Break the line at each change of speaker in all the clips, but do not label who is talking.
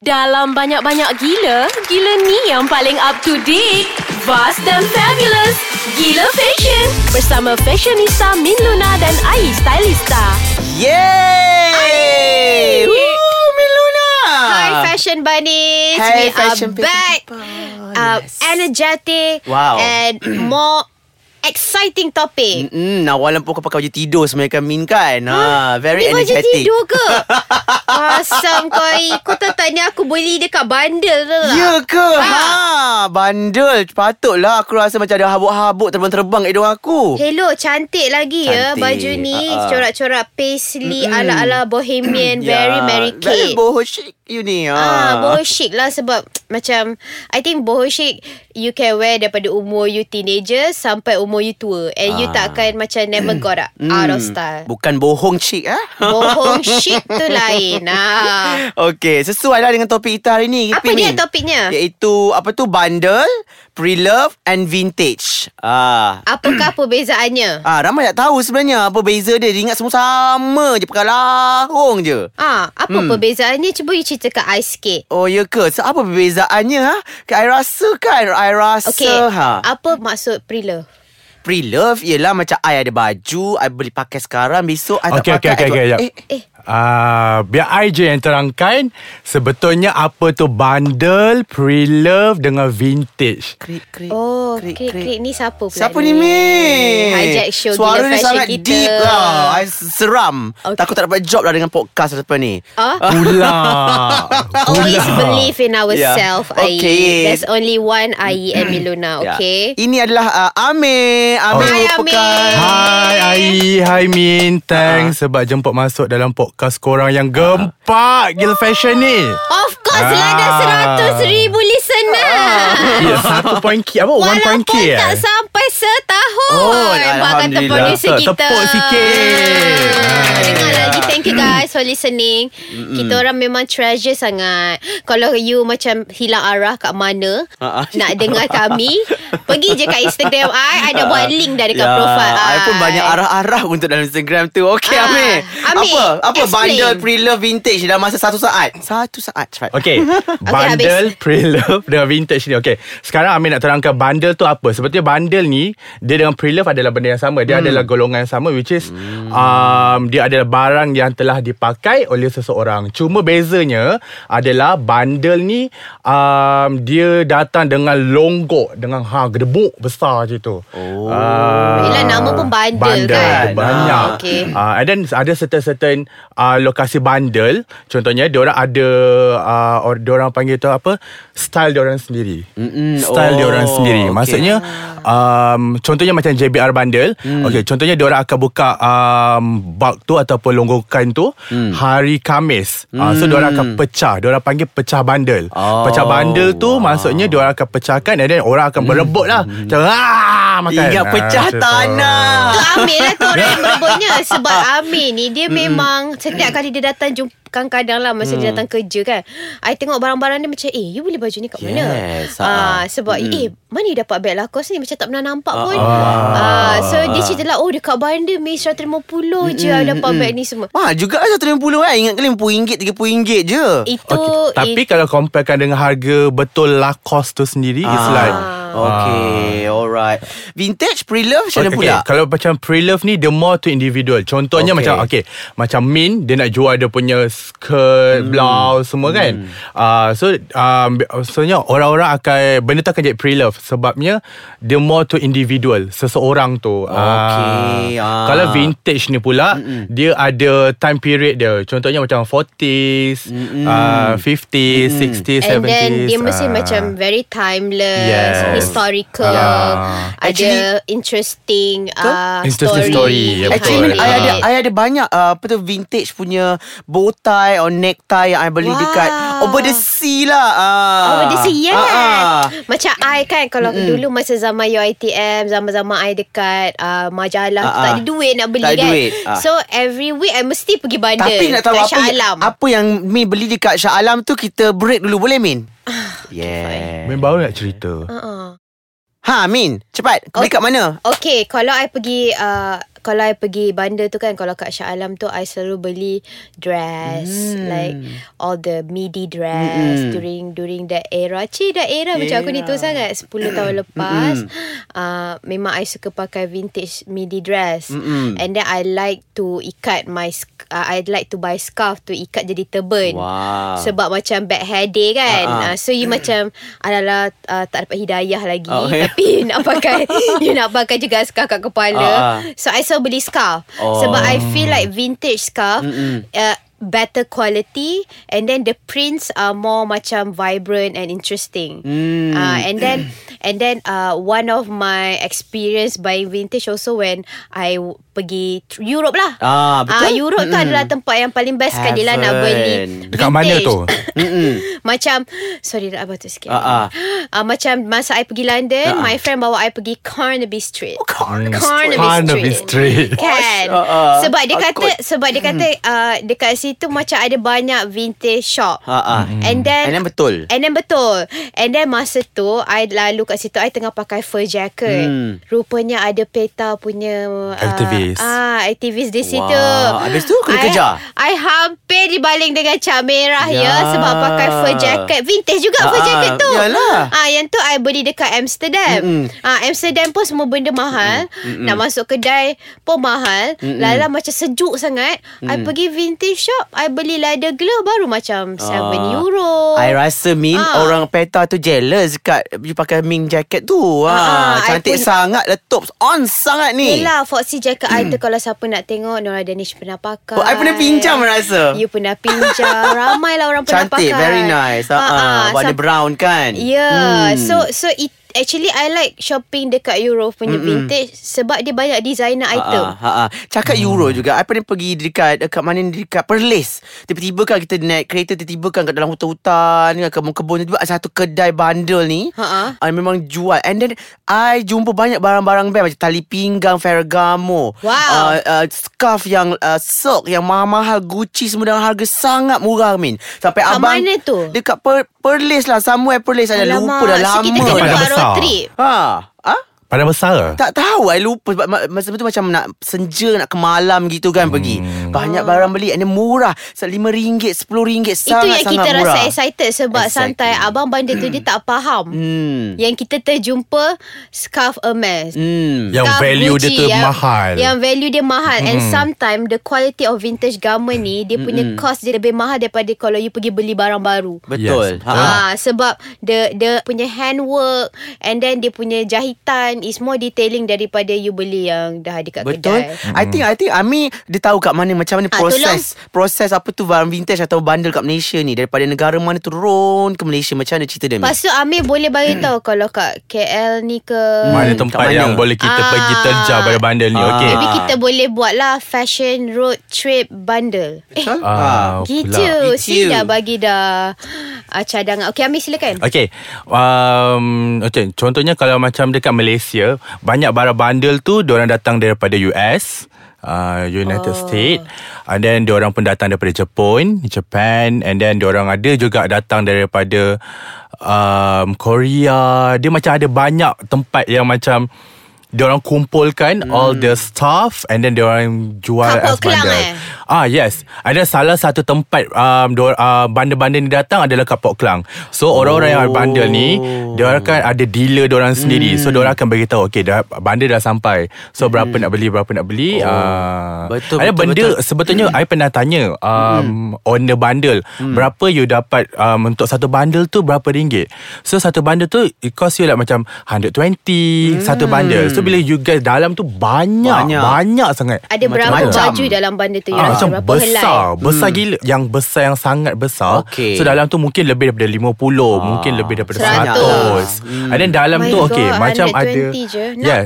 Dalam banyak-banyak gila, gila ni yang paling up to date. Vast dan fabulous. Gila Fashion. Bersama fashionista Min Luna dan Ai Stylista.
Yeay! Woo, Miluna!
Hi Fashion Bunnies
Ah. Hey,
We
Fashion Oh,
are back uh, Energetic
Wow.
And more Exciting topic
Hmm, awalan pun kau pakai baju tidur sebenarnya kan Min kan? Ha, very
Ni baju
energetic.
tidur lah. ke? Awesome kau Kau tahu tak ni aku beli dekat bundle tu lah
Ya ke? Ha, bandel. Patutlah aku rasa macam ada habuk-habuk terbang-terbang kat hidung aku.
Hello, cantik lagi ya
Cantik.
baju ni.
Ah, ah.
Corak-corak paisley ala-ala bohemian, very Mary
Ya, Very
Kate.
boho chic you ni. Ha.
Ah, boho chic lah sebab macam I think boho chic you can wear daripada umur you teenager sampai umur you tua and you
Ah. Hmm.
takkan macam never got out, out of style.
Bukan bohong chic ah.
Bohong chic tu lain. Ah.
Okey, sesuai lah dengan topik kita hari ni.
Apa
Pin
dia
ni.
topiknya?
Iaitu apa tu bundle, pre-love and vintage. Ah.
Apakah perbezaannya?
Ah, ramai tak tahu sebenarnya apa beza dia. Dia ingat semua sama je, pakai larung je.
Ah, apa hmm. perbezaannya? Cuba you ceritakan I sikit.
Oh, ya ke? So, apa perbezaannya? Ha? I rasa kan, I rasa
Okay,
ha.
apa maksud pre-love?
Pre-love ialah macam I ada baju, I boleh pakai sekarang, besok I
Okey,
tak pakai.
okey, okey,
I
okey,
jual.
jap.
eh,
Eh,
Ah, biar I je yang terangkan sebetulnya apa tu bundle, pre-love dengan vintage.
krik, krik,
Oh,
krik,
krik, krik, ni siapa pula
Siapa
ni?
ni, Min?
Hijack show
Suara dia
gila fashion
sangat
kita.
deep lah. I seram.
Okey.
Takut tak dapat job lah dengan podcast depan ni.
Ah?
Pula.
Always
Pula.
believe in ourselves,
Yeah.
yeah.
Okay.
There's only one Ayi and Miluna,
Ya.
okay?
Ini adalah uh, Amir. Amir
Hai, Amir.
merupakan-
Hai Ai, hai Min Thanks sebab jemput masuk dalam podcast korang yang gempak Gila fashion ni
Of course lah dah
Ah.
seratus ribu listener.
Ah.
Ya, satu point K Apa, one point
Walaupun
K
tak
eh?
sampai setahun.
Oh,
Mak kata
Alhamdulillah.
producer
Tepuk
kita.
sikit.
Ah,
Ah.
Dengar lagi. Thank you guys for listening. Kita orang memang treasure sangat. Kalau you macam hilang arah kat mana,
Ah, ah.
nak dengar kami, pergi je kat Instagram I. I dah buat link dah dekat
Ya,
profile Ah, I.
I pun banyak arah-arah untuk dalam Instagram tu. Okey,
Ah,
Amir.
Amir,
Apa? Apa
explain.
bundle pre-love vintage dalam masa satu saat? Satu saat, cepat.
Okay Bundle
habis.
Pre-love Dengan vintage ni Okay Sekarang Amin nak terangkan Bundle tu apa Sebetulnya bundle ni Dia dengan pre-love Adalah benda yang sama Dia adalah golongan yang sama Which is um, Dia adalah barang Yang telah dipakai Oleh seseorang Cuma bezanya Adalah Bundle ni um, Dia datang dengan Longgok Dengan ha Gedebuk besar je tu Oh
Yelah, nama pun bundle kan?
Bundle Banyak
Ah, okay.
Uh, and then ada certain-certain uh, lokasi bandel. Contohnya, diorang ada, uh, or diorang panggil tu apa, style diorang sendiri.
Mm-mm.
Style
Oh,
diorang sendiri.
okay.
Maksudnya, um, contohnya macam JBR bandel.
Hmm.
Okay, contohnya diorang akan buka um, bulk tu ataupun longgokan tu
Hmm.
hari Kamis. Uh, so, diorang akan pecah. Diorang panggil pecah bandel.
Oh,
pecah bandel
wow.
tu
Hmm.
maksudnya diorang akan pecahkan and then orang akan berebut lah. Macam, "Ah!" makan.
Ingat
Ah,
pecah
macam tu.
tanah.
Tu Amir lah tu orang yang berebutnya Sebab
Ah.
Amir ni Dia memang Setiap kali dia datang jumpa Kadang-kadang lah Masa dia
Mm.
datang kerja kan I tengok barang-barang dia macam Eh you beli baju ni kat mana
Yes, ah.
ah, Sebab eh mana you dapat bag Lacoste ni Macam tak pernah nampak pun ah, So dia cerita lah Oh dekat bandar May 150 je I dapat bag ni semua
Mahal juga lah RM150 kan. Ingat kali RM10, RM30 je.
Itu
Okay. Tapi
it-
kalau comparekan dengan harga betul Lacoste tu sendiri It's
Ah.
like
Okay, alright. Vintage, pre-love, macam mana
Okay,
pula?
okay. Kalau macam pre-love ni Dia more to individual Contohnya
Okay.
okay. macam Okay Macam Min Dia nak jual dia punya Skirt hmm. Blouse Semua kan uh, So um, Maksudnya orang-orang akan Benda tu akan jadi pre-love Sebabnya Dia more to individual Seseorang tu
Okay, ah.
Ah. Kalau vintage ni pula Mm-mm. Dia ada time period dia Contohnya macam 40s uh, 50s 60s 70s
And then dia mesti
ah.
macam very timeless,
Yes.
historical,
Yeah.
ada
Actually-
interesting uh,
Interesting story,
story.
ya,
behind
Actually,
Betul.
Min, I
it.
ada I ada banyak uh, apa tu vintage punya bow tie or necktie yang I beli
Wow.
dekat over the sea lah. Uh.
Oh, dia siap.
Ah, ah.
Macam I kan kalau mm. dulu masa zaman UiTM, zaman-zaman I dekat uh, majalah tu
Ah,
tak
ah.
ada duit nak beli
Tak ada
kan.
duit, ah.
So every week I mesti pergi bandar.
Tapi nak tahu
kat
apa
Shah
yang,
Alam.
apa yang Min beli dekat Shah Alam tu kita break dulu boleh Min? Yeah.
Min baru nak cerita
Ah, ah.
Ha Min, cepat. Kau beli
Oh.
kat mana?
Okay, kalau I pergi uh, kalau I pergi bandar tu kan Kalau kat Shah Alam tu I selalu beli dress mm. Like All the midi dress mm. During during that era Cik that era, era macam aku ni tu sangat 10 tahun lepas uh, Memang I suka pakai vintage midi dress Mm-mm. And then I like to ikat my sk- uh, I like to buy scarf to ikat jadi turban
Wow.
Sebab macam back hair day kan
Ah, ah.
uh, So you macam Alalah uh, tak dapat hidayah lagi
Ah, okay.
Tapi you nak pakai You nak pakai juga scarf kat kepala
Ah, ah.
So I selalu beli scarf
Oh.
oh. Sebab I feel like vintage scarf uh, Better quality And then the prints are more macam vibrant and interesting mm. uh, And then And then uh, one of my experience buying vintage also when I w- pergi tr- Europe lah
Ah, betul.
Ah, Europe tu adalah tempat yang paling best sekali lah nak
Heaven.
beli
Dekat mana
vintage.
tu?
Macam Sorry dah batuk sikit
Ah, ah.
Ah, Macam masa I pergi
Ah,
London
ah.
My friend bawa I pergi Carnaby Street
Oh, Carnaby
Oh, Street.
Carnaby
Carnaby
Hmm, Street.
Kan
Ah, ah. Hmm.
Sebab dia kata
Takut.
Sebab dia kata uh, Dekat situ macam ada banyak Vintage shop
Ha ah.
And then
And then betul.
And then betul And then masa tu I lalu kat situ I tengah pakai fur jacket
Hmm.
Rupanya ada peta punya uh,
Aktivis.
Ah, Aktivis di situ
Wah, habis tu kena
I,
kejar?
I hampir dibaling dengan Cak Merah ya.
Ya.
ya Sebab pakai fur jacket Vintage juga fur
Ah,
jacket tu
yalah.
Ah, Yang tu I beli dekat Amsterdam ah, Amsterdam pun semua benda mahal Mm-mm. Nak masuk kedai pun mahal Mm-mm. Lala macam sejuk sangat I
Mm.
pergi vintage shop I beli leather glove baru macam 7 euro
Ah, I rasa Min
Oh. Ah.
Orang peta tu jealous Kat You pakai Ming jacket tu
Ah,
ha,
I
Cantik
pun-
sangat The tops on sangat ni
Yelah Foxy jacket I tu Kalau siapa nak tengok Nora Danish pernah pakai
Hmm. Oh, I pernah pinjam rasa.
Ah. You pernah pinjam Ramai lah orang pernah pakai
Cantik Very nice ha,
Ah, ah,
ha, Warna
sam-
brown kan
Yeah hmm. So so it Actually I like shopping Dekat Euro punya Mm-mm. vintage Sebab dia banyak designer
Ha,
item
ha, ha. Cakap hmm. euro juga I pernah pergi dekat Dekat mana ni Dekat Perlis Tiba-tiba kan kita naik kereta Tiba-tiba kan kat dalam hutan-hutan Kan kebun-kebun Tiba-tiba ada satu kedai bandel ni
Ha, ha.
I memang jual And then I jumpa banyak barang-barang band Macam tali pinggang Ferragamo
Wow.
uh, uh, Scarf yang uh, Silk Yang mahal-mahal Gucci semua Dengan harga sangat murah Min Sampai
Kat
abang
mana tu?
Dekat per, Perlis lah Somewhere Perlis Saya dah lupa dah
so
lama
kita kena
Dekat
dah.
buat road
Padang Besar.
trip
Ha Ha?
Pada besar ke?
Tak tahu I lupa Sebab ma- masa tu macam nak Senja nak ke malam gitu kan Pergi
Hmm.
Banyak barang beli And dia murah so, RM5 RM10
Itu
Sangat-sangat murah
yang kita rasa excited Sebab
Excited.
santai Abang bandar tu dia tak faham
Hmm
Yang kita terjumpa Scarf Hermes
Hmm
Yang
scarf
value dia tu
yang-
mahal.
Yang value dia mahal mm. And sometimes The quality of vintage garment ni Dia punya mm cost dia lebih mahal Daripada kalau you pergi beli barang baru
Betul
Yes.
ha.
Ah, sebab the the punya handwork and then dia punya jahitan is more detailing daripada you beli yang dah dekat
Betul
kedai.
I think I think Ami Dia tahu kat mana Macam mana
Ah,
proses Proses apa tu Barang vintage atau bundle kat Malaysia ni Daripada negara mana turun Ke Malaysia Macam mana cerita dia Min?
Lepas tu Amir boleh bagi tahu kalau kat KL ni ke
Mana
Hmm,
tempat
kat mana?
yang boleh kita
Ah.
pergi terjah pada bandel ni?
Ah.
Okey.
Maybe kita boleh buat lah Fashion road trip bundle Eh
Betul? Ha.
Ah, pula.
gitu Si
Gitu.
dah bagi dah uh, Cadangan Okay Amir silakan
Okay um, okay, Contohnya kalau macam dekat Malaysia Banyak barang bundle tu Diorang datang daripada US uh, United oh. States And then diorang pun datang daripada Jepun Japan And then diorang ada juga datang daripada um, Korea Dia macam ada banyak tempat yang macam Diorang kumpulkan hmm. all the stuff And then diorang jual
Kapal
as
Kelang,
bundle
eh?
Ah yes, ada salah satu tempat um, do, uh, bandar-bandar ni datang adalah kat Port Klang. So orang-orang yang bandar ni,
Oh.
dia akan ada dealer dia orang sendiri.
Hmm.
So dia orang akan beritahu, okay, dah, bandar dah sampai. So berapa nak beli, berapa nak beli. Ah.
Oh. Betul,
ada
betul,
benda
betul. Hmm.
sebetulnya I pernah tanya um, on the bundle, berapa you dapat um, untuk satu bundle tu berapa ringgit. So satu bundle tu it cost you like macam 120 satu bundle. So bila you guys dalam tu banyak
Hmm. Banyak.
banyak, banyak sangat.
Ada berapa
Macam-macam.
baju dalam bundle tu you
Ah,
rasa?
macam
Berapa helai Hmm.
besar Besar gila Yang besar yang sangat besar
Okey.
So dalam tu mungkin lebih daripada 50
Ah.
Mungkin lebih daripada
Seratus.
100
Hmm.
And then dalam
My
tu Okay
God,
macam ada
120 je. Nak.
Yeah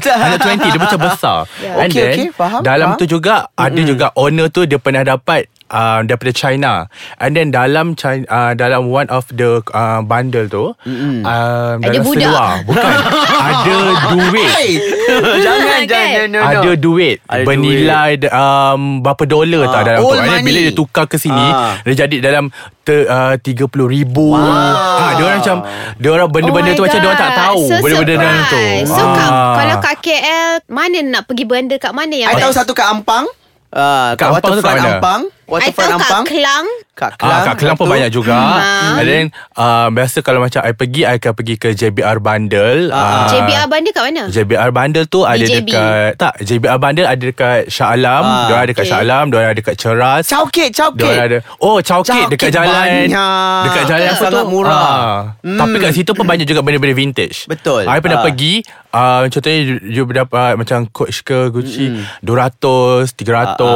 120 Dia macam besar
Yeah.
And
Okey,
then
okey, faham,
Dalam
faham. Hmm.
tu juga Ada juga owner tu Dia pernah dapat uh, daripada China. And then dalam China, uh, dalam one of the uh, bundle tu mm-hmm. uh,
Ada
dalam
budak.
seluar. Bukan. ada duit.
Hey, jangan,
Kan?
jangan. No, no, no.
Ada duit
Ada
Bernilai duit. Um, Berapa dolar
Ah,
tak dalam tu
old
Maknanya
money.
Bila dia tukar ke sini
Ah.
Dia jadi dalam ter, uh, 30 ribu wow. ha, Dia orang macam Dia orang benda-benda
Oh my
tu Macam dia orang tak
God.
tahu
so
Benda-benda dalam tu
surprise. So
Ah.
kat, kalau kat KL Mana nak pergi bandar Kat mana yang
I tahu
best?
satu kat Ampang. Ah, kat,
Kat Ampang tu kat
waterfront
mana?
Ampang.
I tahu
Waterfront
kat
Ampang.
Kelang
Kat Kelang.
Ah, kat Kelang pun
satu.
banyak juga
Hmm.
And then uh, Biasa kalau macam I pergi I akan pergi ke JBR Bundle
Ah.
Ah,
JBR bandar kat mana
JBR Bundle tu ada
BJB.
dekat Tak JBR Bundle ada dekat Shah Alam
Ah,
Diorang ada dekat
okay.
Shah Alam Diorang ada dekat Ceras
Chowkit, chowkit.
Diorang ada Oh Chowkit
Chowkit
dekat jalan
banyak.
Dekat jalan
Betul.
apa tu
Sangat murah.
hmm. Tapi kat situ pun banyak juga benda-benda vintage
Betul.
I pernah
Ah.
pergi uh, Contohnya you, you dapat Macam Coach ke Gucci mm. 200 300
betul,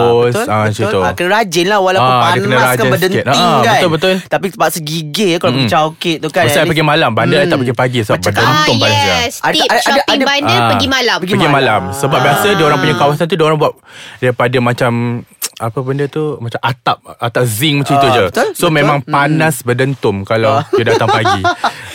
ah, macam
betul.
tu.
Hmm. Ah, kena rajin lah Walaupun
Ah, dia kena
panas kan
rajin
berdenting
sikit.
kan
Ah, betul, betul.
Tapi terpaksa gigih ya Kalau pergi chowkit tu kan
Pasal I pergi malam Bandar hmm. I tak pergi pagi Sebab
Macam-
Ah
berdentung panas dia.
Ada-
yes Tip
ada- ada-
shopping
ada-
bandar
Ah,
Pergi malam
Pergi malam, Sebab biasa dia orang punya kawasan tu dia orang buat daripada macam apa benda tu macam atap atap zinc
Ah,
macam itu je.
betul,
so
betul.
memang panas berdentum kalau dia datang pagi.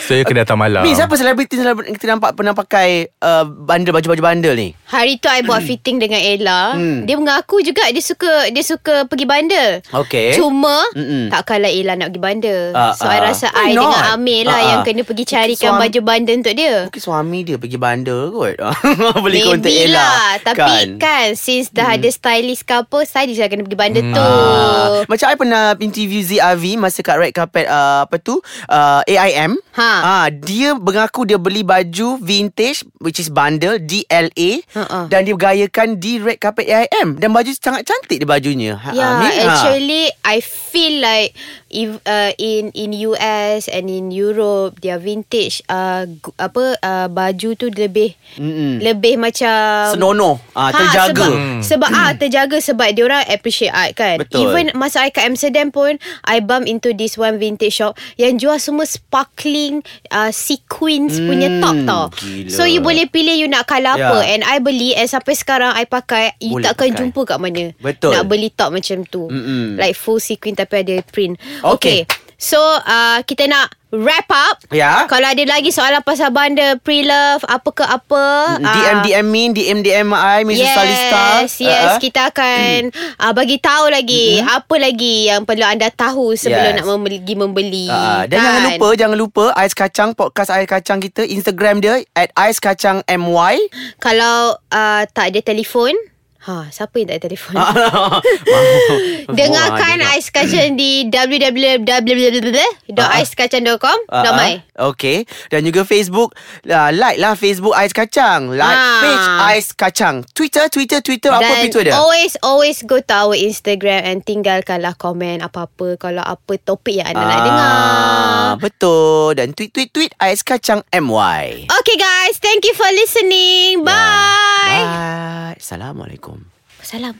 So dia kena datang malam.
Min siapa selebriti selebriti Kita nampak pernah pakai uh, Bandel Baju-baju bandel ni
Hari tu I
Hmm.
buat fitting dengan Ella hmm. Dia mengaku juga Dia suka Dia suka pergi bandar
Okay.
Cuma
Mm-mm.
Tak kalah Ella nak pergi bandar
Ah,
uh, So uh, I
ah.
rasa
Why
I
not?
dengan Amir lah
Ah, ah.
Yang kena pergi carikan
Suami-
baju bandar untuk dia
Mungkin suami dia pergi bandel kot Beli kontak
Maybe
Ella Hmm.
lah Tapi kan, kan Since dah ada stylist ke apa Stylist lah kena pergi bandar tu Oh.
Ah, macam I pernah interview Zavi masa kat red carpet uh, apa tu uh, AIM.
Ha.
Ah, dia mengaku dia beli baju vintage which is bundle DLA
Ha, ha.
dan dia gayakan di red carpet AIM dan baju sangat cantik dia bajunya. Ha,
Yeah,
Amin. Ha.
Ya, actually, I feel like if uh, in in US and in Europe, their vintage uh, gu- apa uh, baju tu lebih Mm-mm. lebih macam
senonoh ah,
Ha,
terjaga. Hmm.
sebab, sebab ah terjaga sebab dia orang appreciate art kan
Betul.
even masa I kat Amsterdam pun I bump into this one vintage shop yang jual semua sparkling uh, sequins hmm, punya top tau
gila.
so you boleh pilih you nak colour
Ya.
apa and I beli and sampai sekarang I pakai you
Boleh
takkan
pakai.
jumpa kat mana
Betul.
nak beli top macam tu
Mm-mm.
like full sequin tapi ada print
Okay.
okay, so uh, kita nak wrap up
Ya.
kalau ada lagi soalan pasal bundle pre-love apa ke apa
DM
ah,
DM Min DM DM I Mrs.
Yes,
Salista
yes,
Ah, ah.
kita akan
Hmm.
uh, bagi tahu lagi apa lagi yang perlu anda tahu sebelum
Yes.
nak mem- pergi membeli. Kan?
Ah, dan jangan lupa Jangan lupa Ais Kacang Podcast Ais Kacang kita Instagram dia At Ais Kacang MY
kalau uh, tak ada telefon, ha siapa yang tak ada telefon? Dengarkan
Wah, dia
Ais Kacang di www.aiskacang.com.
Ah, ah.
Ramai.
Okay Dan juga Facebook uh, Like lah Facebook Ais Kacang Like
Ah.
page Ais Kacang Twitter Twitter Twitter Apa
Dan oh,
Twitter dia
always always go to our Instagram and tinggalkanlah komen apa-apa kalau apa topik yang anda nak
Ah,
dengar.
Betul Dan tweet tweet tweet Ais Kacang MY
Okay guys, thank you for
Ya.
listening. Bye.
Bye Assalamualaikum
Salam.